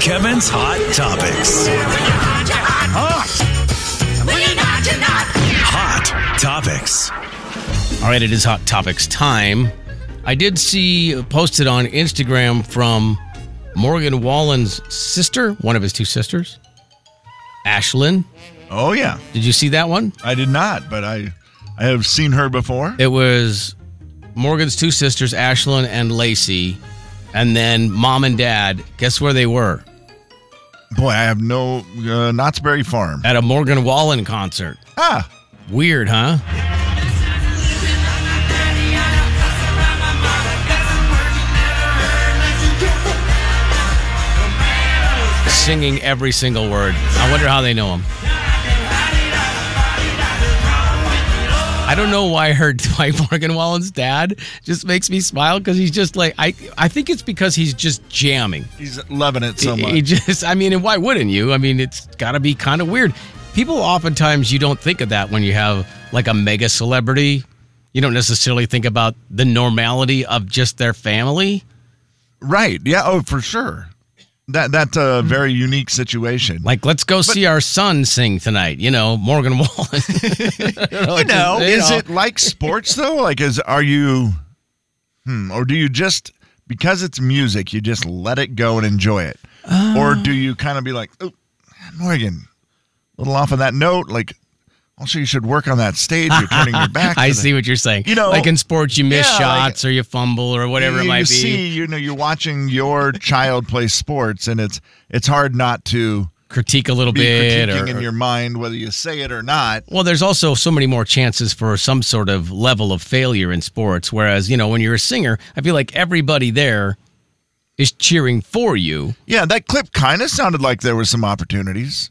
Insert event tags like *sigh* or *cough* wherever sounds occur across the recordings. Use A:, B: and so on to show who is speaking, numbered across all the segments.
A: Kevin's Hot Topics. Hot Topics.
B: All right, it is Hot Topics time. I did see posted on Instagram from Morgan Wallen's sister, one of his two sisters, Ashlyn.
C: Oh yeah,
B: Did you see that one?
C: I did not, but I I have seen her before.
B: It was Morgan's two sisters, Ashlyn and Lacey, and then mom and dad. Guess where they were?
C: Boy, I have no uh, Knott's Berry Farm.
B: At a Morgan Wallen concert.
C: Ah,
B: Weird, huh? Singing every single word. I wonder how they know him. I don't know why her *laughs* Dwight Morgan Wallen's dad just makes me smile because he's just like I. I think it's because he's just jamming.
C: he's loving it so
B: He-
C: much.
B: He just, I mean, and why wouldn't you? I mean, it's got to be kind of weird. People oftentimes you don't think of that when you have like a mega celebrity. You don't necessarily think about the normality of just their family.
C: right? Yeah. Oh, for sure. That that's a very unique situation.
B: Like, let's go see our son sing tonight. You know, Morgan *laughs* Wallen.
C: you know,
B: you
C: is
B: know.
C: it like sports though? Like, is are you, hmm, or do you just because it's music, you just let it go and enjoy it,
B: Uh.
C: or do you kind of be like, oh, Morgan, a little off on that note, like. Also, you should work on that stage. You're turning
B: *laughs*
C: your back.
B: I
C: to the-
B: see what you're saying.
C: You know,
B: like in sports, you miss
C: yeah, like-
B: shots or you fumble or whatever
C: you,
B: it might
C: you
B: be.
C: see, you know, you're watching your child play sports, and it's it's hard not to
B: critique a little
C: be
B: bit
C: critiquing
B: or
C: in your mind whether you say it or not.
B: Well, there's also so many more chances for some sort of level of failure in sports. Whereas, you know, when you're a singer, I feel like everybody there is cheering for you. *laughs*
C: Yeah, that clip kind of sounded like there were some opportunities.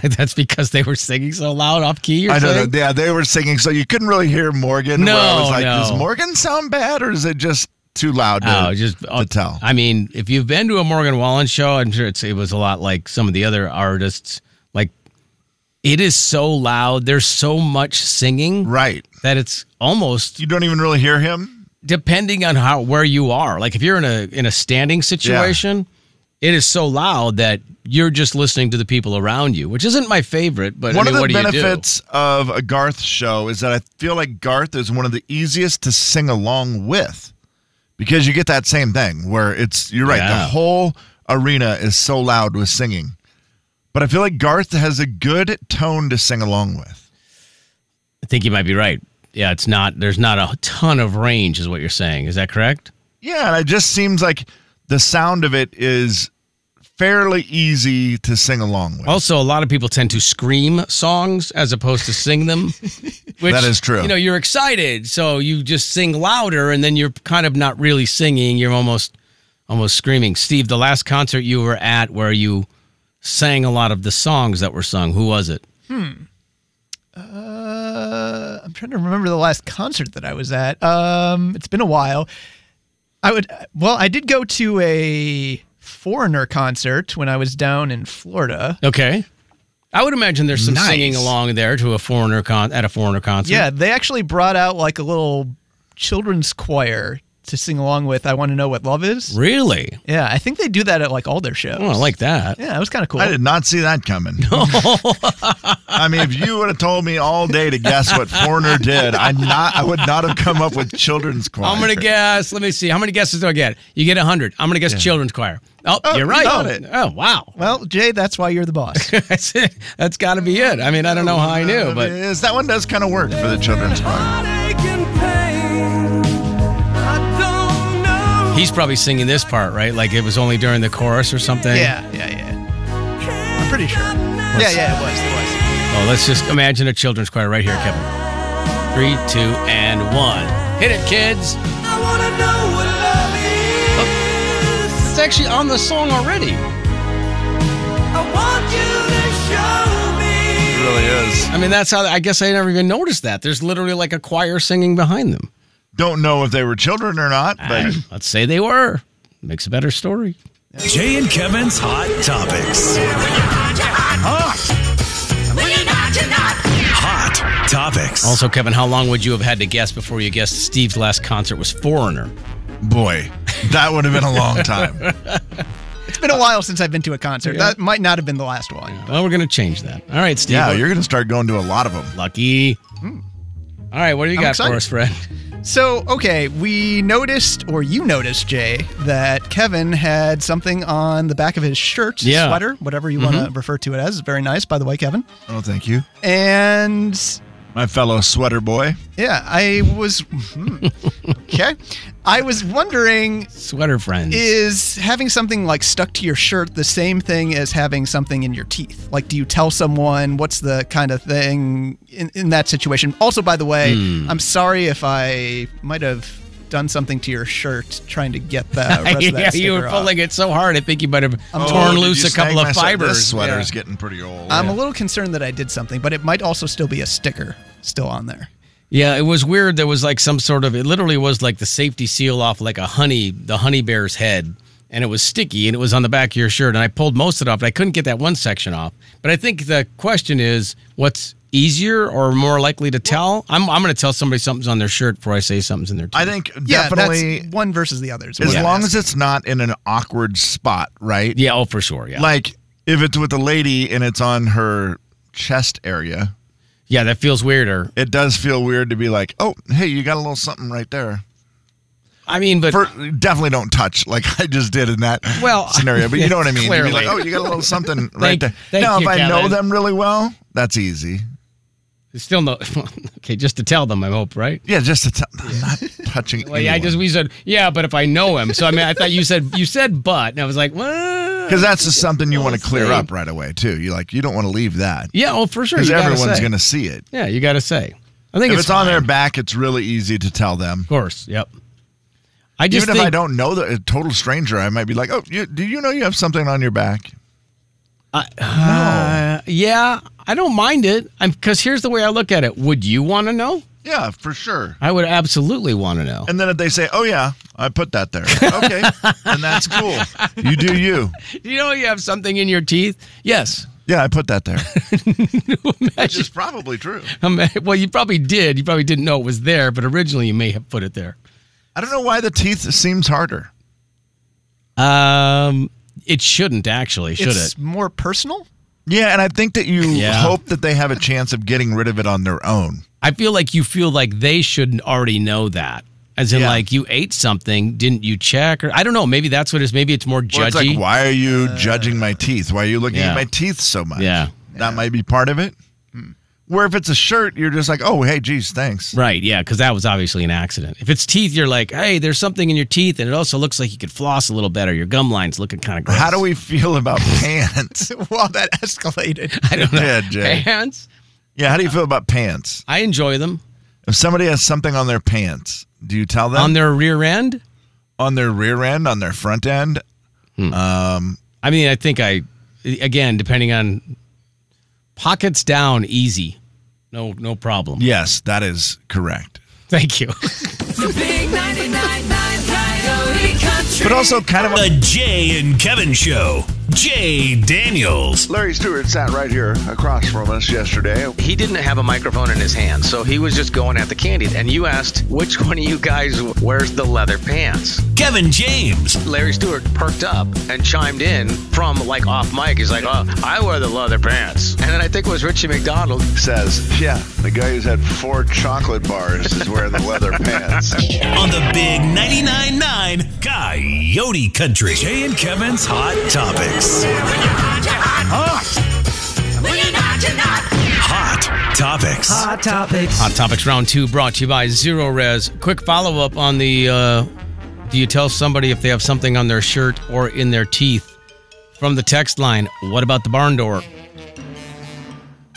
B: That's because they were singing so loud off key. Or
C: I
B: something.
C: don't know. Yeah, they were singing, so you couldn't really hear Morgan. where I
B: No,
C: was like,
B: no.
C: does Morgan sound bad, or is it just too loud? To,
B: Oh, just
C: to tell.
B: I mean, if you've been to a Morgan Wallen show, I'm sure it's, it was a lot like some of the other artists. Like, it is so loud. There's so much singing
C: right.
B: that it's almost
C: You don't even really hear him.
B: depending on how where you are. Like if you're in a in a standing situation, it is so loud that you're just listening to the people around you, which isn't my favorite. But
C: one
B: I mean,
C: of
B: what
C: the
B: do you do?
C: benefits of a Garth show is that I feel like Garth is one of the easiest to sing along with because you get that same thing where it's you're right,
B: Yeah.
C: the whole arena is so loud with singing. But I feel like Garth has a good tone to sing along with.
B: I think you might be right. Yeah, it's not. There's not a ton of range, is what you're saying. Is that correct?
C: Yeah, and it just seems like the sound of it is fairly easy to sing along with.
B: Also, a lot of people tend to scream songs as opposed to sing them. Which,
C: That is true.
B: You know, you're excited, so you just sing louder, and then you're kind of not really singing. You're almost, almost screaming. Steve, the last concert you were at where you sang a lot of the songs that were sung, who was it?
D: Uh, I'm trying to remember the last concert that I was at. Um, it's been a while. I would well, I did go to a foreigner concert when I was down in Florida.
B: Okay, I would imagine there's some
C: Nice.
B: singing along there to a foreigner con at a foreigner concert.
D: Yeah, they actually brought out like a little children's choir to sing along with. I want to know what love is.
B: really.
D: Yeah, I think they do that at like all their shows.
B: Oh, I like that.
D: Yeah, it was kind of cool.
C: I did not see that coming. *laughs* I mean, if you would have told me all day to guess what Foreigner did, I not I would not have come up with children's choir.
B: I'm gonna guess. Let me see. How many guesses do I get? You get hundred. I'm gonna guess children's choir. Oh,
C: Oh,
B: you're
C: you
B: right.
C: got it.
B: Oh, wow.
D: Well, Jay, that's why you're the
B: *laughs*
D: boss.
B: That's it. That's got to be it. I mean, I don't know how I knew, but
C: Yes, that one does kind of work for the children's choir.
B: he's probably singing this part, right? Like it was only during the chorus or something.
D: yeah, yeah, yeah. I'm pretty sure. Yeah, yeah, it was. It was.
B: Oh, let's just imagine a children's choir right here, Kevin. Three, two, and one. Hit it, kids. It's actually on the song already.
C: It really is.
B: I mean, that's how. I guess I never even noticed that. There's literally like a choir singing behind them.
C: Don't know if they were children or not, but
B: Let's say they were. Makes a better story.
A: Jay and Kevin's Hot Topics. Hot Topics.
B: Also, Kevin, how long would you have had to guess before you guessed Steve's last concert was Foreigner? *laughs*
C: boy, that would have been a long time.
D: been a while since I've been to a concert. That might not have been the last one.
B: Well, we're going to change that. All right, Steve.
C: Yeah, you're going to start going to a lot of them.
B: lucky. Hmm. All right, what do you
D: I'm
B: got
D: excited.
B: for us, Fred?
D: So, okay, we noticed, or you noticed, Jay, that Kevin had something on the back of his shirt, his
B: Yeah.
D: sweater, whatever you want to refer to it as. Very nice, by the way, Kevin.
C: Oh, thank you.
D: And
C: My fellow sweater boy.
D: yeah, I was. hmm. *laughs* okay. I was wondering
B: Sweater friends. *laughs*
D: is having something like stuck to your shirt the same thing as having something in your teeth? Like, do you tell someone what's the kind of thing in, in that situation? Also, by the way,
B: Hmm.
D: I'm sorry if I might have done something to your shirt trying to get
B: *laughs*
D: the rest of that
B: yeah, you
D: sticker
B: were
D: off.
B: pulling it so hard. I think you might have
D: Oh,
B: torn
C: did
B: loose
C: you
B: a couple of
C: snag my sweat-
B: fibers.
C: This sweater's
B: Yeah.
C: getting pretty old.
D: I'm a little concerned that I did something, but it might also still be a sticker still on there.
B: Yeah, it was weird. There was like some sort of it literally was like the safety seal off like a honey the honey bear's head, and it was sticky and it was on the back of your shirt. And I pulled most of it off, but I couldn't get that one section off. But I think the question is, what's easier or more likely to tell? I'm I'm going to tell somebody something's on their shirt before I say something's in their. Teeth.
C: I think
D: Yeah,
C: definitely
D: that's one versus the other. is what
C: as
D: I'm
C: long
D: asking.
C: as it's not in an awkward spot, right?
B: Yeah, oh for sure. Yeah,
C: Like if it's with a lady and it's on her chest area,
B: yeah, that feels weirder.
C: it does feel weird to be like, "Oh, hey, you got a little something right there."
B: I mean, but
C: For, definitely don't touch like *laughs* I just did in that
B: Well,
C: scenario. But you know what
B: *laughs*
C: I mean. You'd be
B: clearly.
C: like, "Oh, you got a little something
B: *laughs*
C: right there."
B: thank
C: now,
B: you,
C: if I know
B: Kevin.
C: them really well, that's easy.
B: still no. *laughs* okay, just to tell them, I hope, right?
C: Yeah, just to tell, I'm not touching.
B: Well, yeah, I just we said yeah, but if I know him, so I mean, I thought you said you said but, and I was like, well,
C: because that's just something you want to clear
B: see.
C: up right away too. You like you don't want to leave that
B: yeah, oh for sure,
C: because
B: you gotta
C: everyone's
B: say.
C: going to see it.
B: yeah, you got to say. I think
C: If it's, on
B: fine.
C: their back, it's really easy to tell them.
B: of course, yep. I just
C: Even if
B: think,
C: I don't know the a total stranger, I might be like, "Oh, you, do you know you have something on your back?"
B: uh, yeah, I don't mind it. I'm because here's the way I look at it. Would you want to know?
C: Yeah, for sure.
B: I would absolutely want to know.
C: And then if they say, "Oh yeah, I put that there," *laughs* okay, and that's cool. You do *laughs* you.
B: Do you know you have something in your teeth? *laughs* Yes.
C: Yeah, I put that there. Which is probably true.
B: Um, *laughs* well, you probably did. You probably didn't know it was there, but originally you may have put it there.
C: I don't know why the teeth seems harder.
B: Um, it shouldn't actually, should
D: it's
B: it?
D: more personal.
C: Yeah, and I think that you
B: Yeah.
C: hope that they have a chance of getting rid of it on their own.
B: I feel like you feel like they should already know that. As in,
C: Yeah.
B: like you ate something, didn't you check? Or I don't know. Maybe that's what it is. Maybe it's more
C: Well, it's
B: judgy.
C: like, why are you judging my teeth? Why are you looking
B: Yeah.
C: at my teeth so much?
B: Yeah.
C: That might be part of it. Hmm. Where if it's a shirt, you're just like, oh, hey, geez, thanks.
B: right? Yeah, because that was obviously an accident. If it's teeth, you're like, hey, there's something in your teeth, and it also looks like you could floss a little better. Your gum line's looking kind of gross.
C: How do we
E: *laughs*
C: feel about pants?
D: wow, that escalated.
B: *laughs* I don't know.
C: Yeah, Jay.
B: Pants.
C: Yeah, how do you feel about pants?
B: I enjoy them
C: If somebody has something on their pants, do you tell them
B: on their rear end.
C: on their rear end, on their front end?
B: I mean, I think I, again, depending on pockets down, easy, no, no problem.
C: Yes, that is correct.
B: Thank you.
F: Big 99.9 Coyote Country.
C: But also kind of
A: The Jay and Kevin Show. Jay Daniels.
E: Larry Stewart sat right here across from us yesterday.
G: he didn't have a microphone in his hand, so he was just going at the candy. And you asked, which *laughs* one of you guys wears the leather pants?
A: Kevin James.
G: Larry Stewart perked up and chimed in from like off mic. He's like, oh, I wear the leather pants. And then I think it was Richie McDonald.
E: Says, yeah, the guy who's had four chocolate bars is wearing the
C: *laughs*
E: leather pants.
A: On the big 99.9 9 Coyote Country. Jay and Kevin's Hot Topics. Hot Topics.
B: Hot Topics Round 2 brought to you by Zero Res. Quick follow up on the uh, Do you tell somebody if they have something on their shirt or in their teeth? From the text line, what about the barn door?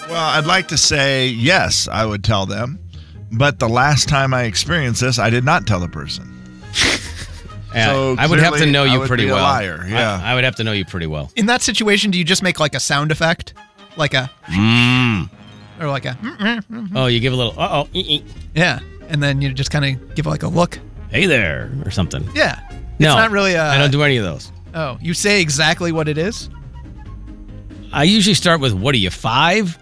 C: Well, I'd like to say yes, I would tell them. But the last time I experienced this, I did not tell the person.
B: Yeah,
C: So
B: Uh, I would have to
C: clearly
B: know
C: I
B: you
C: would
B: pretty
C: be a
B: well.
C: liar,
B: I-
C: yeah.
B: I, would have to know you pretty well.
D: In that situation, do you just make like a sound effect? Like a.
B: Hmm.
D: Or like a.
B: Oh, you give a little, uh oh, eh, eh.
D: Yeah. And then you just kind of give like a look.
B: hey there, or something.
D: Yeah.
B: no,
D: It's not really a.
B: I don't do any of those.
D: oh, you say exactly what it is?
B: I usually start with, what are you, five?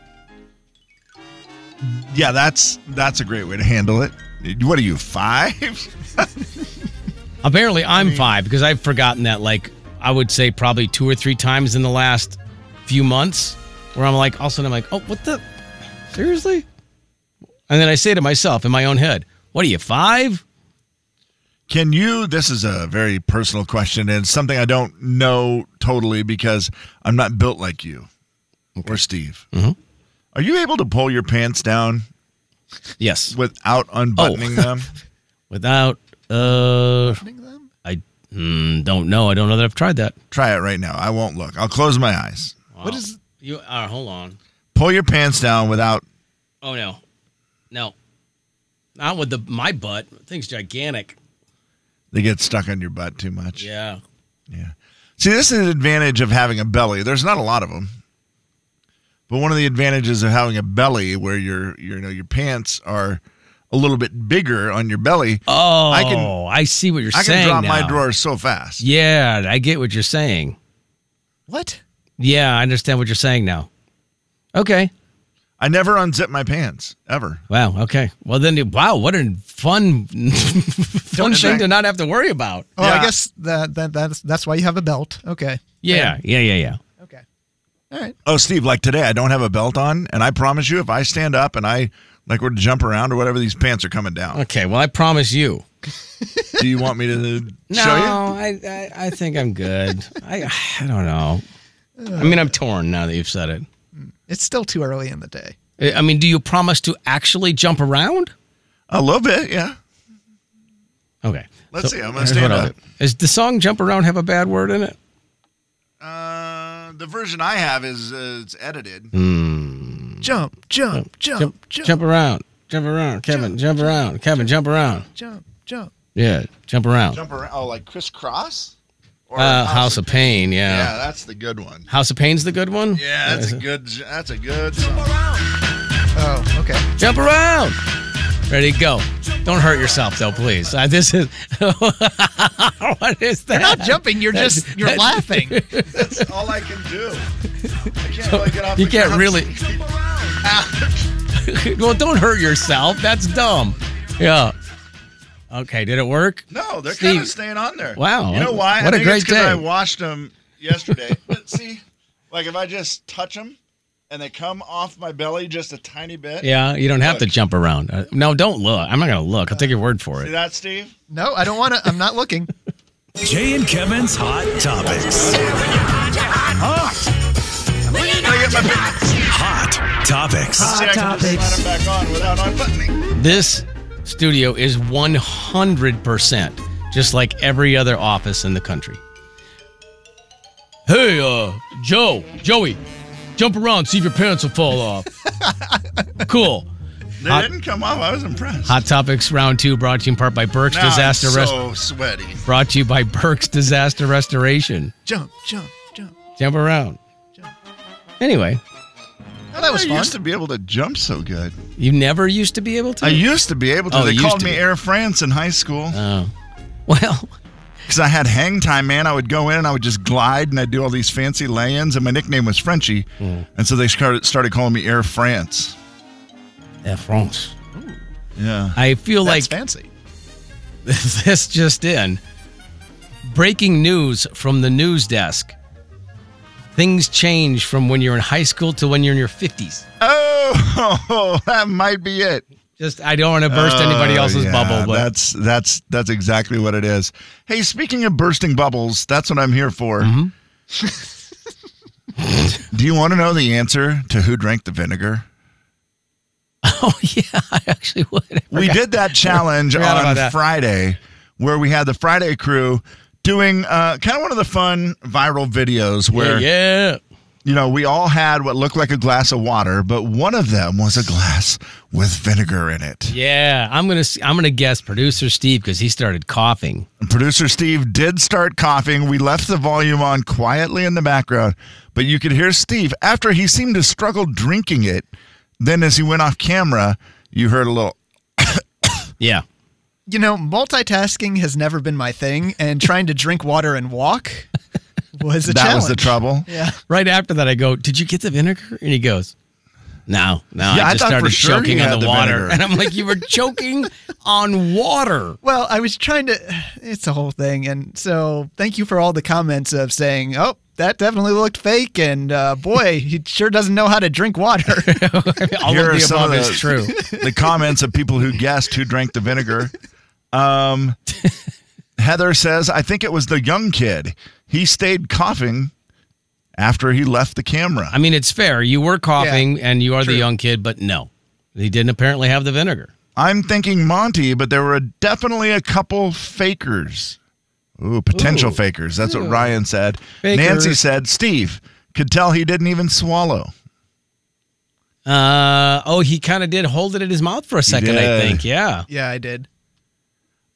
C: Yeah, that's that's a great way to handle it. What are you, five?
B: Apparently, I'm five because I've forgotten that, like, I would say probably two or three times in the last few months where I'm like, all of a sudden I'm like, oh, what the? Seriously? And then I say to myself in my own head, what are you, five?
C: Can you? This is a very personal question and something I don't know totally because I'm not built like you or Steve. Are you able to pull your pants down
B: Yes.
C: without unbuttoning them?
B: Without, uh, I mm, don't know. I don't know that I've tried that.
C: Try it right now. I won't look. I'll close my eyes.
B: What is you? Uh, hold on.
C: Pull your pants down without.
B: Oh no, no, not with the my butt. Thing's gigantic.
C: They get stuck on your butt too much.
B: Yeah.
C: Yeah. See, this is the advantage of having a belly. There's not a lot of them, but one of the advantages of having a belly where your your you know your pants are a little bit bigger on your belly.
B: Oh,
C: I
B: I
C: can-
B: can. I see what you're
C: I
B: saying.
C: can drop
B: now.
C: my drawers so fast.
B: Yeah, I get what you're saying.
D: What?
B: Yeah, I understand what you're saying now. Okay.
C: I never unzip my pants ever.
B: Wow. Okay. Well, then, wow, what a fun, *laughs* fun thing to not have to worry about.
D: Oh,
C: Yeah.
D: I guess that, that that's that's why you have a belt. Okay.
B: Yeah. Yeah. Yeah. Yeah.
D: Okay. All right.
C: Oh, Steve, like today, I don't have a belt on, and I promise you, if I stand up and I like were to jump around or whatever, these pants are coming *laughs* down.
B: Okay. Well, I promise you.
C: Do you want me to
B: No,
C: show you?
B: I, I I think I'm good. *laughs* I I don't know. I mean, I'm torn now that you've said it.
D: It's still too early in the day.
B: I mean, do you promise to actually jump around?
C: A little bit, yeah.
B: Okay.
C: Let's see, I'm gonna
B: here's
C: stand
B: what I'll
C: up.
B: do. Does the song "Jump Around" have a bad word in it?
C: Uh, the version I have is uh, it's edited.
D: Jump, jump, jump, jump,
B: Jump around, jump around, Kevin, jump, around, Kevin, jump around.
D: jump, jump.
B: Yeah, jump around.
C: Jump around, oh, like crisscross. Or
B: uh, House of Pain. Yeah.
C: Yeah, that's the good one.
B: House of Pain's the good one.
C: Yeah, that's a good. That's a *laughs* good. song.
D: Oh, okay.
B: *laughs* Jump around. Ready, go. Don't hurt yourself though, please. Uh, this is *laughs* what is that?
D: Not jumping. You're just you're laughing.
C: That's all I can do. I can't really get off
B: You
C: the
B: can't
C: ground.
B: really-
C: Ouch.
B: well, don't hurt yourself. That's dumb. Yeah. Okay. Did it work?
C: No, they're kind of
B: Steve.
C: staying on there.
B: Wow,
C: You know why?
B: what
C: I
B: a
C: think it's
B: great
C: 'cause
B: day.
C: I washed them yesterday. *laughs* but see, like if I just touch them and they come off my belly just a tiny bit.
B: Yeah. You don't have to
C: Look.
B: jump around. Uh, no, don't look. I'm not gonna look. I'll take your word for
C: See
B: it.
C: that, Steve?
D: No, I don't want to. I'm not looking.
A: Jay and Kevin's Hot Topics. Hot Topics.
C: See, I can just slide 'em back on without unbuttoning.
B: This studio is 100% just like every other office in the country. Hey, uh, Joe, Joey, jump around, see if your pants will fall
C: *laughs*
B: off. cool.
C: They didn't come off. I was impressed.
B: Hot Topics Round 2 brought to you in part by Burke's
C: Now I'm
B: Disaster Res-
C: So sweaty.
B: brought to you by Burke's Disaster Restoration.
D: Jump, jump, jump.
B: Jump around. Anyway, Oh,
D: that was
C: I
D: fun.
C: used to be able to jump so good.
B: you never used to be able to.
C: I used to be able to.
B: Oh,
C: they
B: you
C: called
B: used to
C: me
B: be.
C: Air France in high school
B: Oh. Well,
C: because I had hang time, man. I would go in and I would just glide and I'd do all these fancy lay-ins, and my nickname was Frenchie.
B: Mm.
C: And so they started, started calling me Air France.
B: Air France.
C: Yeah.
B: I feel
D: That's
B: like *laughs*
D: fancy.
B: this just in. Breaking news from the news desk. Things change from when you're in high school to when you're in your 50s.
C: Oh, *laughs* that might be it.
B: Just, I don't want to burst anybody
C: Oh,
B: else's
C: yeah,
B: bubble, but
C: that's that's that's exactly what it is. Hey, speaking of bursting bubbles, that's what I'm here for.
B: Mm-hmm.
C: *laughs* Do you want to know the answer to who drank the vinegar?
B: *laughs* oh, yeah, I actually would.
C: We
B: *laughs*
C: did that challenge
B: Forgot about
C: on
B: that.
C: Friday, where we had the Friday crew doing uh, kind of one of the fun viral videos where
B: yeah.
C: you know we all had what looked like a glass of water, but one of them was a glass with vinegar in it.
B: Yeah. I'm going to, I'm going to guess producer Steve because he started coughing.
C: Producer Steve did start coughing. We left the volume on quietly in the background, but you could hear Steve after he seemed to struggle drinking it. Then, as he went off camera, you heard a little.
B: Yeah.
D: You know, multitasking has never been my thing, and trying to drink water and walk was a
C: that was the
D: challenge.
C: trouble.
D: Yeah.
B: Right after that, I go, Did you get the vinegar? And he goes, No, no.
C: Yeah,
B: I
C: I
B: just
C: thought
B: started
C: for sure
B: choking
C: you
B: on
C: had
B: the
C: the
B: water.
C: vinegar.
B: And I'm like, you were
C: *laughs*
B: choking on water.
D: Well, I was trying to. It's a whole thing, and so thank you for all the comments of saying, "Oh, that definitely looked fake," and uh, boy, *laughs* he sure doesn't know how to drink water. *laughs*
B: *laughs* All
C: Here
B: of
C: are
B: the
C: some
B: above
C: of
B: is
C: the-
B: true.
C: *laughs* the comments of people who guessed who drank the vinegar. Um, Heather says, I think it was the young kid. He stayed coughing after he left the camera.
B: I mean, it's fair. You were coughing and you are the young kid, but no. He didn't apparently have the vinegar.
C: I'm thinking Monty, but there were definitely a couple fakers. Ooh, potential fakers. That's what Ryan said. Nancy
B: Fakers.
C: said, Steve could tell he didn't even swallow.
B: Uh, oh, he kind of did hold it in his mouth for a second, I
C: did.
B: think. Yeah.
D: yeah, I did.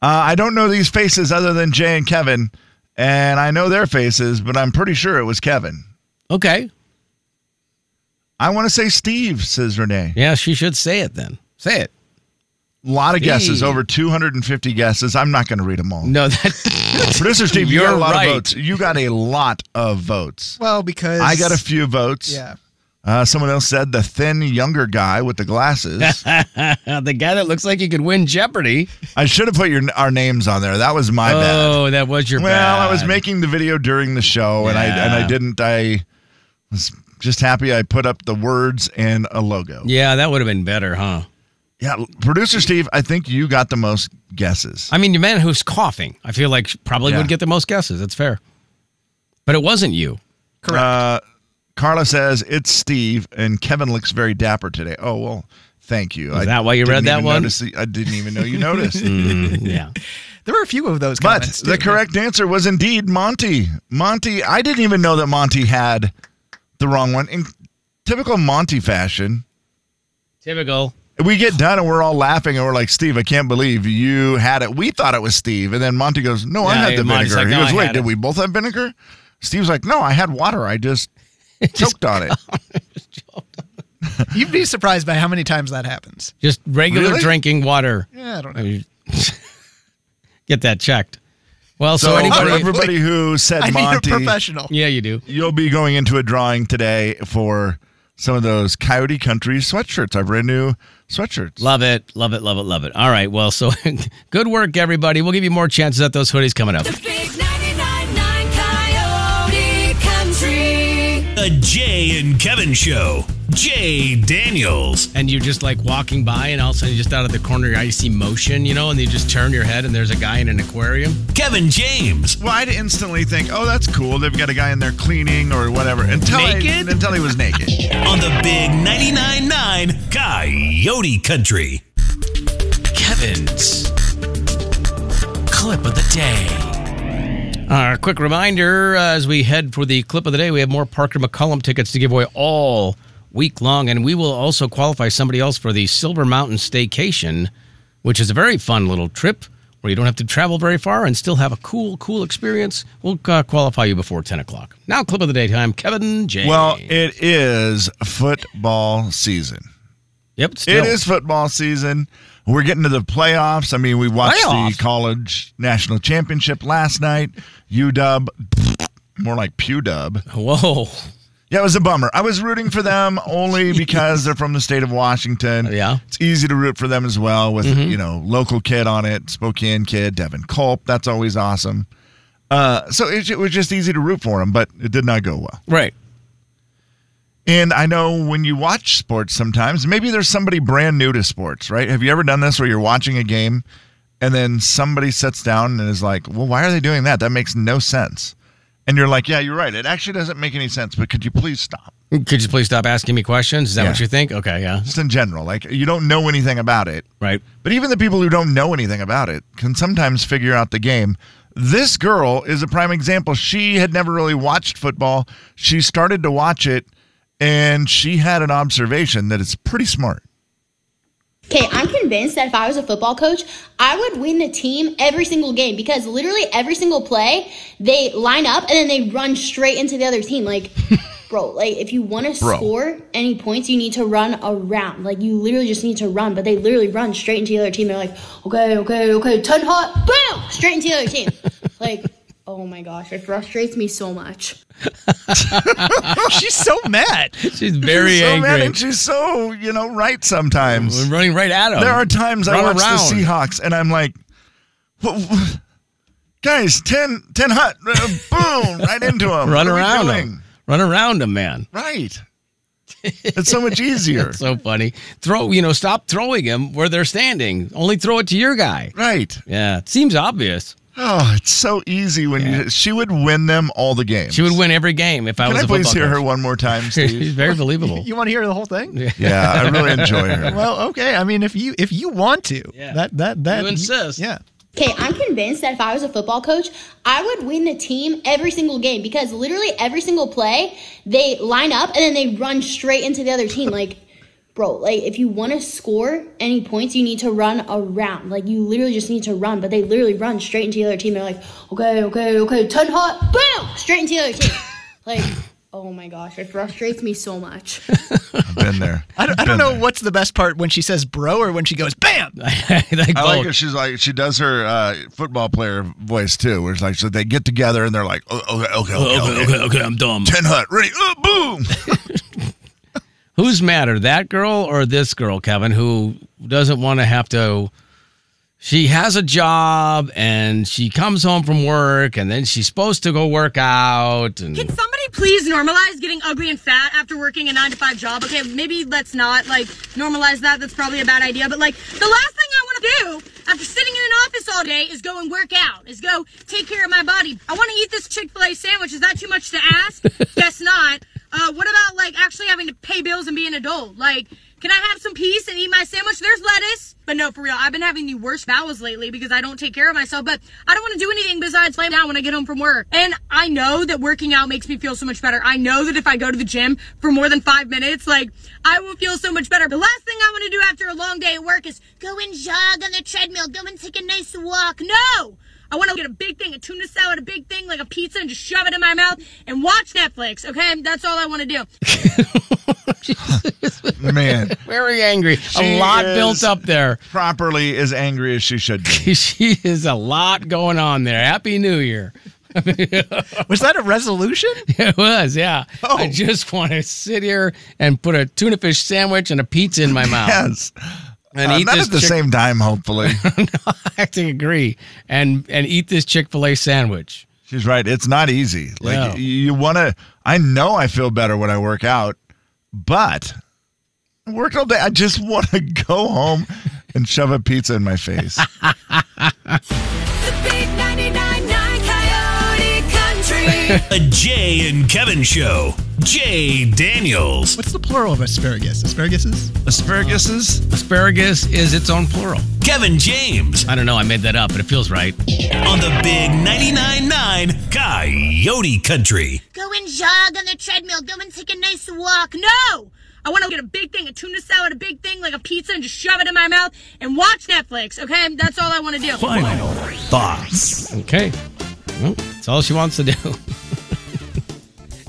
C: Uh, I don't know these faces other than Jay and Kevin, and I know their faces, but I'm pretty sure it was Kevin.
B: Okay.
C: I want to say Steve, says Renee.
B: Yeah, she should say it then. Say it.
C: A lot of guesses,
B: Steve.
C: over 250 guesses. I'm not going to read them all.
B: No, *laughs* that. *laughs*
C: Producer Steve, you got
B: You're
C: a lot
B: right.
C: of votes. You got a lot of votes.
D: Well, because
C: I got a few votes.
D: yeah.
C: Uh, someone else said the thin younger guy with
B: *laughs*
C: the glasses.
B: the guy that looks like he could win Jeopardy.
C: I should have put your our names on there. That was my bad.
B: Oh, that was your
C: Well, I was
B: bad.
C: making the video during the show, and I and
B: Yeah.
C: I didn't. I was just happy I put up the words and a logo.
B: Yeah, that would have been better, huh?
C: Yeah, producer Steve, I think you got the most guesses.
B: I mean, the man who's coughing, I feel like probably
C: Yeah.
B: would get the most guesses. That's fair. But it wasn't
C: *laughs*
B: you.
C: Uh, Carla says it's Steve, and Kevin looks very dapper today. Oh well, thank you.
B: Is that why you read
C: didn't
B: that
C: even
B: one? Mm.
C: notice the- I didn't even
B: *laughs*
C: know you noticed.
B: Yeah.
D: There were a few of those
C: But
D: comments.
C: the
D: too.
C: correct answer was indeed Monty. Monty, I didn't even know that Monty had the wrong one. In typical Monty fashion,
B: Typical.
C: we get done and we're all laughing and we're like, Steve, I can't believe you had it. We thought it was Steve. And then Monty goes, No, I
B: Yeah,
C: had the
B: Monty's like,
C: vinegar.
B: "No,
C: he goes,
B: I
C: Wait,
B: had
C: did
B: it."
C: we both have vinegar? Steve's like, No, I had water.
B: *laughs*
C: I just choked on it.
D: You'd be surprised by how many times that happens.
B: Just regular
C: Really?
B: drinking water.
D: Yeah, I don't
B: I
D: know.
B: mean, *laughs* Get that checked. Well, so,
C: So, uh, for
B: anybody.
C: everybody who said
D: *laughs* I need a
C: Monty,
D: professional.
B: yeah, you do.
C: you'll be going into a drawing today for some of those Coyote Country sweatshirts. Our brand new sweatshirts.
B: Love it. Love it. Love it. Love it. All right. Well, so *laughs* good work, everybody. We'll give you more chances at those hoodies coming up.
F: The big 999 Coyote Country.
A: The Jay and Kevin Show. Jay Daniels.
B: and you're just like walking by, and all of a sudden, you just out of the corner of your eye, you see motion, you know, and you just turn your head, and there's a guy in an aquarium.
A: Kevin James.
C: Well, I'd instantly think, oh, that's cool. They've got a guy in there cleaning or whatever. Until I-
B: Naked?
C: until he was naked.
A: On the big 99.9 9 Coyote Country.
B: Kevin's clip of the day. Our quick reminder uh, as we head for the clip of the day, we have more Parker McCollum tickets to give away all week long, and we will also qualify somebody else for the Silver Mountain Staycation, which is a very fun little trip where you don't have to travel very far and still have a cool, cool experience. We'll uh, qualify you before 10 o'clock. Now, clip of the day time, Kevin J.
C: *laughs* Well, it is football season.
B: yep, still.
C: It is football season. We're getting to the playoffs. I mean, we watched
B: Playoffs?
C: the college national championship last night. UW, more like Pew Dub.
B: Whoa.
C: Yeah, it was a bummer. I was rooting for them only because they're from the state of Washington.
B: Yeah.
C: It's easy to root for them as well with, you know, local kid on it, Spokane kid, Devin Culp. That's always awesome. Uh, so it, it was just easy to root for them, but it did not go well.
B: Right.
C: And I know when you watch sports sometimes, maybe there's somebody brand new to sports, right? Have you ever done this where you're watching a game and then somebody sits down and is like, well, why are they doing that? That makes no sense. And you're like, yeah, you're right. It actually doesn't make any sense, but could you please stop?
B: Could you please stop asking me questions? Is that
C: Yeah.
B: what you think? Okay, yeah.
C: just in general. Like you don't know anything about it,
B: Right.
C: but even the people who don't know anything about it can sometimes figure out the game. This girl is a prime example. She had never really watched football. She started to watch it, and she had an observation that it's pretty smart.
H: Okay, I'm convinced that if I was a football coach, I would win the team every single game because literally every single play, they line up and then they run straight into the other team. Like, bro, like if you want to
C: Bro.
H: score any points, you need to run around. Like, you literally just need to run, but they literally run straight into the other team. They're like, okay, okay, okay, 10 hot, boom, straight into the other team. like, Oh my gosh, it frustrates me so much.
D: She's so mad.
B: She's very
C: so
B: angry.
C: mad and she's so you know right sometimes.
B: We're running right at him.
C: There are times I
B: Run
C: watch
B: around.
C: the Seahawks and I'm like, "Wha- wha- guys, 10, 10 hut, uh, boom, right into them.
B: Run around him. Run around him, man.
C: Right. It's so
B: *laughs*
C: much easier.
B: That's so funny. Throw, you know, stop throwing him where they're standing. Only throw it to your guy.
C: right.
B: Yeah, it seems obvious.
C: Oh, it's so easy when you, she would win them all the games.
B: She would win every game if I
C: Can
B: was
C: I
B: a
C: please
B: football
C: hear her
B: coach.
C: one more time,
B: She's
C: Steve?
B: *laughs* very
C: *laughs*
B: believable.
D: You want to hear the whole thing?
C: yeah, I really enjoy her.
D: Well, okay. I mean, if you if you want to,
B: Yeah.
D: that that that
B: You insist.
D: Yeah.
H: Okay, I'm convinced that if I was a football coach, I would win the team every single game because literally every single play, they line up and then they run straight into the other team. Like, bro, like if you want to score any points, you need to run around. Like, you literally just need to run, but they literally run straight into the other team. They're like, okay, okay, okay, 10 hot, boom, straight into the other team. Like, oh my gosh, it frustrates me so much.
C: I've been there.
D: I don't, I don't know what's the best part when she says bro or when she
C: *laughs*
D: goes bam.
B: Like
C: I like
B: both.
C: if she's like she does her uh, football player voice too, where it's like so they get together and they're like, oh, okay, okay, okay, okay,
B: okay, I'm dumb.
C: ten hut, ready, oh, boom.
B: Who's madder, that girl or this girl, Kevin, who doesn't want to have to? She has a job and she comes home from work and then she's supposed to go work out. And
I: Can somebody please normalize getting ugly and fat after working a nine to five job? Okay, maybe let's not like normalize that. That's probably a bad idea. But like the last thing I want to do after sitting in an office all day is go and work out, is go take care of my body. I want to eat this Chick fil A sandwich. Is that too much to ask? Guess not. Uh, what about like actually having to pay bills and be an adult? Like, can I have some peace and eat my sandwich? There's lettuce. But no, for real, I've been having the worst bowels lately because I don't take care of myself. But I don't want to do anything besides lay down when I get home from work. And I know that working out makes me feel so much better. I know that if I go to the gym for more than five minutes, like I will feel so much better. The last thing I want to do after a long day at work is go and jog on the treadmill, go and take a nice walk. No! I want to get a big thing, a tuna salad, a big thing, like a pizza, and just shove it in my mouth and watch Netflix, okay? That's all I want to do.
C: Man,
B: very angry.
C: She
B: a lot
C: is-
B: built up there. *laughs*
C: properly as angry as she should be.
B: She is a lot going on there. Happy New Year. *laughs*
D: Was that a resolution?
B: It was, yeah.
C: Oh.
B: I just want to sit here and put a tuna fish sandwich and a pizza
C: *laughs*
B: in my mouth
C: Yes,
B: and
C: Uh,
B: eat
C: not
B: this
C: at the
B: Chick-
C: same time. Hopefully,
B: *laughs* I agree. And and eat this Chick Fil A sandwich.
C: she's right. It's not easy. Like
B: No.
C: y- you want to. I know I feel better when I work out, but I work all day. I just *laughs* want to go home and shove a pizza in
B: *laughs*
C: my face.
F: The big 99.9 Coyote Country.
A: A Jay and Kevin show. Jay Daniels.
D: What's the plural of asparagus? Asparaguses?
C: Asparaguses.
B: Asparagus is its own plural.
A: Kevin James
B: I don't know. I made that up, but it feels right.
A: on the big 99.9 Coyote Country.
I: Go and jog on the treadmill. Go and take a nice walk. No! I want to get a big thing, a tuna salad, a big thing, like a pizza, and just shove it in my mouth and watch Netflix, okay? That's all I want to do.
A: Final thoughts.
B: Okay. Well, that's all she wants to do.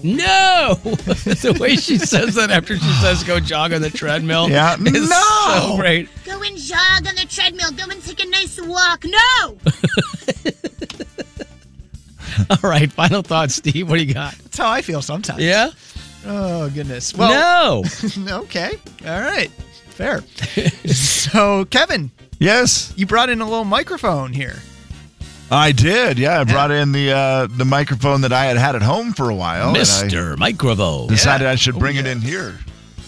B: no! *laughs* the way she says that after she says go jog on the treadmill
C: Yeah.
B: *laughs* is
C: No!
B: so great.
I: Go and jog on the treadmill. Go and take a nice walk. No!
B: All right, final thoughts, Steve. What do you got?
D: That's how I feel sometimes.
B: Yeah?
D: Oh goodness. Well,
C: oh,
B: no!
D: okay. All right.
C: *laughs*
D: Fair. so, Kevin,
C: Yes,
D: you brought in a little microphone here.
C: I did. Yeah, I brought in the uh, the microphone that I had had at home for a while. And I
B: Mr. Microvolt. *laughs*
C: decided I
B: Oh,
C: should bring it in here.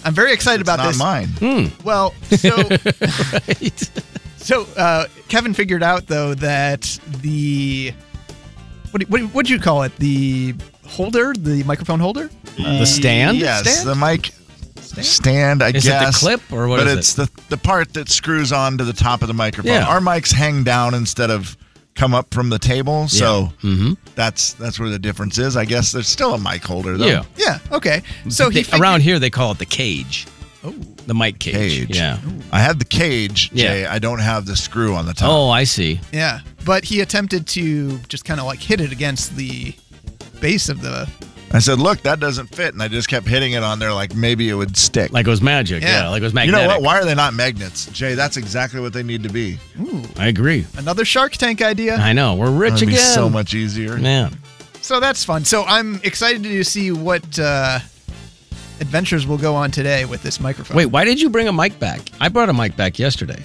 D: I'm very excited
C: It's
D: about
C: not
D: this.
C: mine.
B: Hmm.
D: Well, so
C: *laughs*
D: so uh, Kevin figured out though that the what do- what do- what do you call it? The holder, the microphone holder.
B: The stand?
C: Uh, Yes,
D: Stand?
C: the mic
D: Stand?
C: stand, I
B: Is it the
C: guess.
B: clip or what
C: But
B: is it?
C: it's the the part that screws on to the top of the microphone.
B: Yeah.
C: Our mics hang down instead of come up from the table, so
B: Mhm.
C: that's that's where the difference is. I guess there's still a mic holder though.
B: Yeah.
D: Yeah. Okay. So he
B: They-
D: figured-
B: around here, they call it the cage. Oh. The mic cage.
C: Cage.
B: Yeah.
C: I had the cage,
B: Yeah.
C: Jay. I don't have the screw on the top.
B: Oh, I see.
D: Yeah, but he attempted to just kind of like hit it against the base of the
B: Oh.
C: I said, "Look, that doesn't fit," and I just kept hitting it on there like maybe it would stick.
B: Like it was magic. Yeah, like it was magnetic.
C: You know what? Why are they not magnets, Jay? That's exactly what they need to be.
B: I agree.
D: Another Shark Tank
C: Uh-huh.
D: idea.
B: I know. We're rich
C: It'd be
B: again.
C: so much easier.
B: Man.
D: So that's fun. So I'm excited to see what uh, adventures we'll go on today with this microphone.
B: Wait, why did you bring a mic back? I brought a mic back yesterday.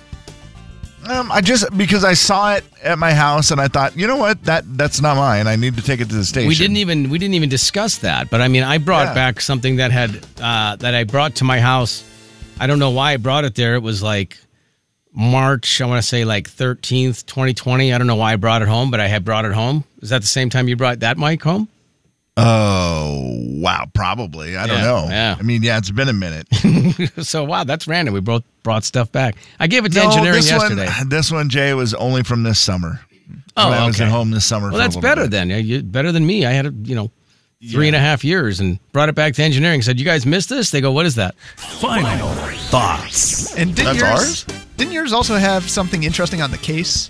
C: Um, I just because I saw it at my house and I thought, you know what, that that's not mine. I need to take it to the station.
B: We didn't e- even we didn't even discuss that. But I mean, I brought
C: Yeah.
B: back something that had uh, that I brought to my house. I don't know why I brought it there. It was like March. I want to say like thirteenth, twenty twenty. I don't know why I brought it home, but I had brought it home. Is that the same time you brought that mic home? *laughs*
C: Oh wow, probably. I don't
B: Yeah,
C: know.
B: yeah.
C: I mean, yeah, it's been a minute.
B: so wow, that's random. We both brought stuff back. I gave it to
C: No,
B: engineering
C: this
B: yesterday.
C: One, this one, Jay, was only from this summer.
B: Oh,
C: When I was
B: okay.
C: at home this summer.
B: well, that's better then. Yeah, you- better than me. I had a you know three and a half years and brought it back to engineering. Said you guys missed this. They go, what is that?
A: Final thoughts.
D: and didn't
C: That's ours?
D: yours, Didn't yours also have something interesting on the case?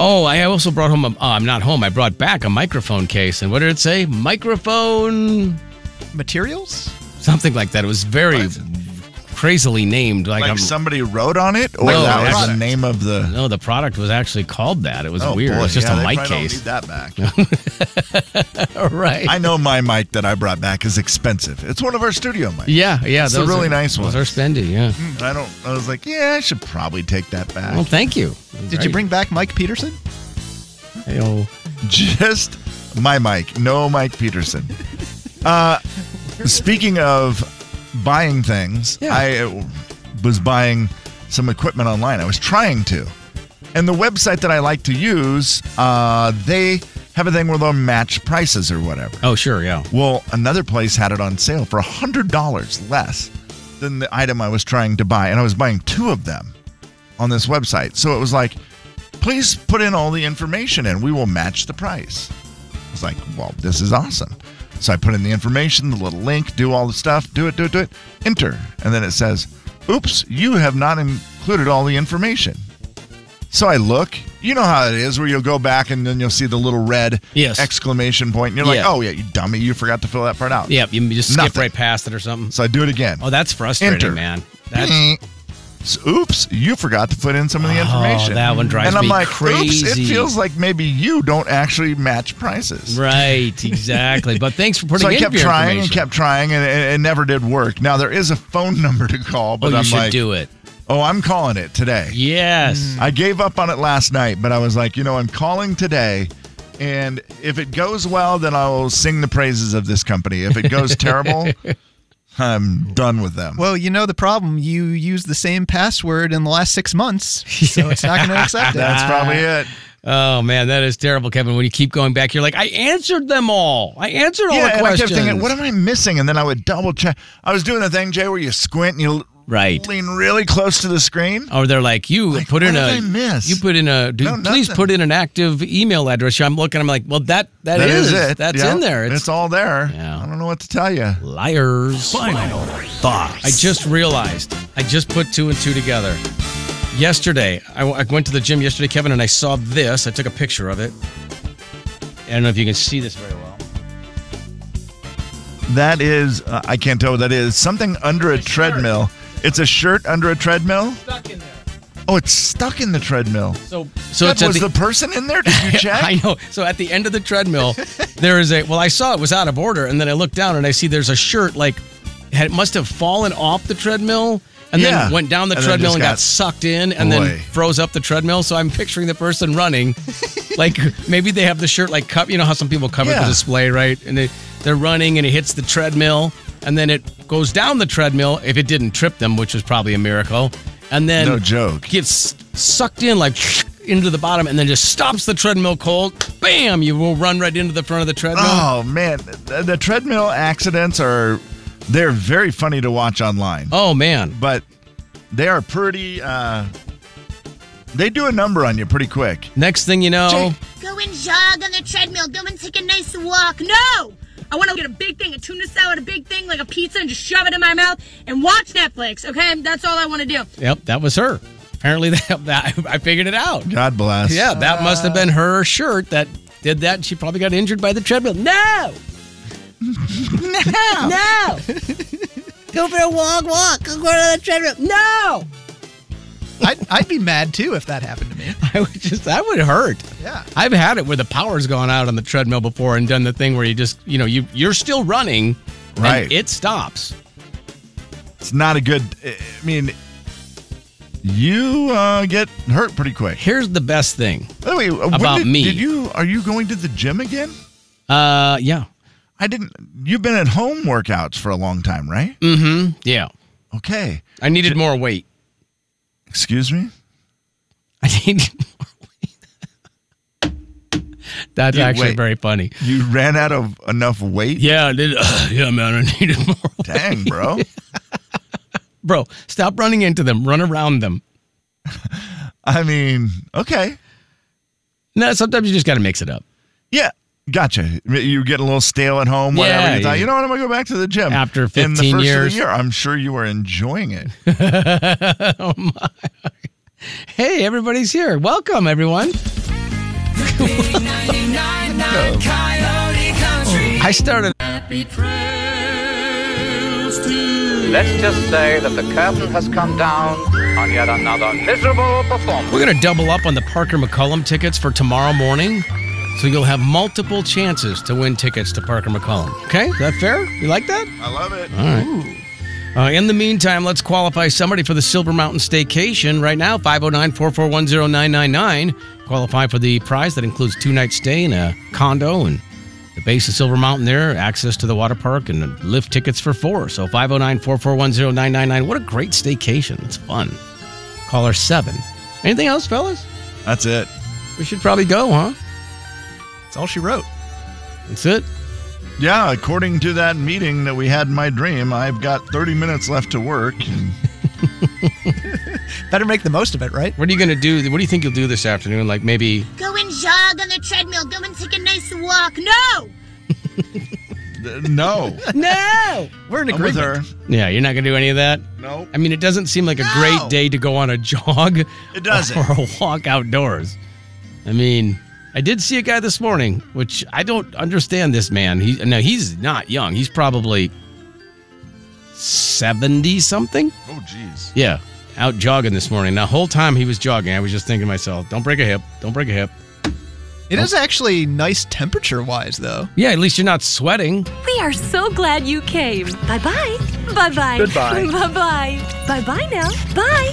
B: Oh, I also brought home. A, oh, I'm not home. I brought back a microphone case, and what did it say? Microphone,
D: Materials?
B: something like that. It was very crazily named. Like,
C: Like
B: I'm,
C: somebody wrote on it, or
B: Like
C: that
B: the
C: was
B: product.
C: the name of the.
B: no, the product was actually called that. It was
C: Oh,
B: weird.
C: Boy,
B: It's just
C: yeah,
B: a
C: they
B: mic
C: probably don't
B: case.
C: need that back.
B: All *laughs* right.
C: I know my mic that I brought back is expensive. It's one of our studio mics.
B: yeah, yeah.
C: It's a
B: those
C: really
B: are-
C: nice
B: Those
C: ones.
B: are spendy. Yeah.
C: And I don't. I was like, yeah, I should probably take that back.
B: Well, thank you.
D: Did you bring back Mike Peterson?
B: Hey, oh.
C: just my mic, no Mike Peterson. Uh, speaking of buying things,
B: Yeah.
C: I uh, was buying some equipment online. I was trying to, and the website that I like to use, uh, they have a thing where they'll match prices or whatever.
B: Oh, sure. Yeah.
C: Well, another place had it on sale for $100 less than the item I was trying to buy. And I was buying two of them on this website. So it was like, please put in all the information and we will match the price. I was like, well, this is awesome. So I put in the information, the little link, do all the stuff, do it, do it, do it, enter. And then it says, oops, you have not included all the information. So I look. You know how it is where you'll go back and then you'll see the little red
B: Yes.
C: exclamation point and you're like,
B: Yeah.
C: oh yeah, you dummy, you forgot to fill that part out.
B: Yeah. You just skip
C: Nothing.
B: right past it or something.
C: So I do it again.
B: Oh, that's frustrating,
C: Enter.
B: man.
C: *clears throat*
B: That's
C: So, oops, you forgot to put in some of the
B: Oh,
C: information.
B: that one drives
C: and I'm
B: me
C: like, Oops,
B: crazy."
C: it feels like maybe you don't actually match
B: *laughs*
C: prices.
B: right. Exactly. But thanks for putting
C: So I
B: in
C: kept
B: your
C: trying and
B: information.
C: kept trying, and it, it never did work. Now there is a phone *laughs* number to call,
B: Oh,
C: but
B: you
C: I'm
B: should
C: like, Mm.
B: do it.
C: oh, I'm calling it today.
B: Yes.
C: I gave up on it last night, but I was like, you know, I'm calling today. And if it goes well, then I will sing the praises of this company. If it
B: *laughs*
C: goes terrible, I'm done with them.
D: Well, you know the problem. You used the same password in the last six months, so it's not going to accept it.
C: That's probably it.
B: Oh man, that is terrible, Kevin. When you keep going back, you're like, I answered them all. I answered all the
C: and I
B: questions.
C: kept thinking, what am I missing? And then I would double check. I was doing the thing, Jay, where you squint and you
B: Right. Oh,
C: lean really close to the screen.
B: or they're like, you
C: Like,
B: put in
C: what
B: a,
C: did I miss?
B: you put in a, dude,
C: No,
B: please
C: nothing.
B: put in an active email address. I'm looking, I'm like, well, that
C: that is, it.
B: That's
C: Yeah.
B: in there.
C: It's,
B: It's,
C: all there.
B: Yeah.
C: I don't know what to tell you.
B: liars.
A: Final thoughts.
B: I just realized. I just put two and two together. Yesterday, I, w- I went to the gym yesterday, Kevin, and I saw this. I took a picture of it. I don't know if you can see this very well.
C: That is, uh, I can't tell what that is. Something under a treadmill. It's a shirt under a treadmill.
B: Stuck in there.
C: Oh, it's stuck in the treadmill.
B: So, so
C: that
B: it's at
C: was the, person in there? Did you
B: *laughs*
C: check?
B: I know. So at the end of the treadmill,
C: *laughs*
B: there is a. Well, I saw it was out of order, and then I looked down and I see there's a shirt like had, it must have fallen off the treadmill and
C: Yeah.
B: then went down the
C: And then
B: treadmill
C: just
B: and got,
C: got-
B: sucked in and then
C: Boy.
B: froze up the treadmill. So I'm picturing the person
C: *laughs*
B: running, like maybe they have the shirt like cup. You know how some people cover it
C: Yeah.
B: for display, right? And they they're running and it hits the treadmill and then it goes down the treadmill if it didn't trip them, which was probably a miracle. And then
C: No joke.
B: gets sucked in like into the bottom and then just stops the treadmill cold. Bam! You will run right into the front of the treadmill.
C: Oh man, the, the treadmill accidents are—they're very funny to watch online.
B: Oh, man.
C: but they are pretty. Uh, they do a number on you pretty quick.
B: Next thing you know,
C: Jake.
I: Go and jog on the treadmill. Go and take a nice walk. No! I want to get a big thing, a tuna salad, a big thing, like a pizza, and just shove it in my mouth and watch Netflix, okay? That's all I want to do.
B: yep, that was her. Apparently, *laughs* that, that I figured it out.
C: God bless.
B: Yeah, that
J: *laughs*
B: must have been her shirt that did that. And she probably got injured by the treadmill. No. *laughs*
J: pound.
I: No.
J: *laughs* Go for a walk, walk. Go go to the treadmill. No.
D: I'd, I'd be mad too if that happened to me.
B: I would just that would hurt.
D: Yeah.
B: I've had it where the power's gone out on the treadmill before and done the thing where you just you know you you're still running, and
C: Right.
B: it stops.
C: It's not a good. I mean, you uh, get hurt pretty quick.
B: Here's the best thing.
C: By the way, uh, when
B: About
C: did,
B: me.
C: Did you? Are you going to the gym again?
B: Uh, yeah,
C: I didn't. You've been at home workouts for a long time, right?
B: Mm. Mm-hmm. yeah.
C: Okay.
B: I needed more weight.
C: Excuse me.
B: *laughs* I needed more weight. *laughs* That's
C: You
B: actually
C: wait.
B: very funny.
C: You ran out of enough weight.
B: Yeah, I did, *laughs* yeah, man. I needed *laughs* more. weight.
C: Dang,
B: *laughs*
C: bro.
B: Bro, stop running into them. Run around them.
C: I mean, okay.
B: No, sometimes you just got to mix it up.
C: Yeah. Gotcha. You get a little stale at home, whatever.
B: Yeah,
C: you, thought,
B: yeah.
C: you know what? I'm going to go back to the gym.
B: After
C: In
B: 15
C: the first Of
B: years.
C: the year, I'm sure you were enjoying it.
B: Hey, everybody's here. Welcome, everyone. I started.
K: Let's just say that the curtain has come down on yet another miserable performance.
B: We're going to double up on the Parker McCullum tickets for tomorrow morning. So you'll have multiple chances to win tickets to Parker McCullum. Okay? Is that fair? You like that?
C: I love it.
B: Uh, in the meantime, let's qualify somebody for the Silver Mountain Staycation right now 509 441 999. Qualify for the prize that includes two nights stay in a condo and the base of Silver Mountain there, access to the water park, and lift tickets for four. So 509 441 999. What a great staycation. It's fun. Caller seven. Anything else, fellas?
C: That's it.
B: We should probably go, huh?
D: That's all she wrote.
B: That's it.
C: Yeah, according to that meeting that we had in my dream, I've got 30 minutes left to work. And
D: Better make the most of it, right?
B: What are you going to do? What do you think you'll do this afternoon? Like maybe
I: Go and jog on the treadmill. Go and take a nice walk. No.
C: th- no,
J: No.
D: We're in
C: I'm with her.
B: *laughs*
D: agreement.
B: Yeah, you're not going to do any of that?
C: *laughs* No.
B: I mean, it doesn't seem like a
C: No.
B: great day to go on a jog
C: It
B: *laughs*
C: doesn't.
B: or a walk outdoors. I mean, I did see a guy this morning, which I don't understand this man. He No, he's not young. He's probably 70 something.
C: Oh, jeez.
B: Yeah, out jogging this morning. Now, the whole time he was jogging, I was just thinking to myself, don't break a hip. Don't break a hip.
D: It is actually nice temperature wise, though.
B: Yeah, at least you're not sweating.
F: We are so *laughs* glad you came. Bye bye. Bye bye. Goodbye. Bye bye. Bye bye now. Bye.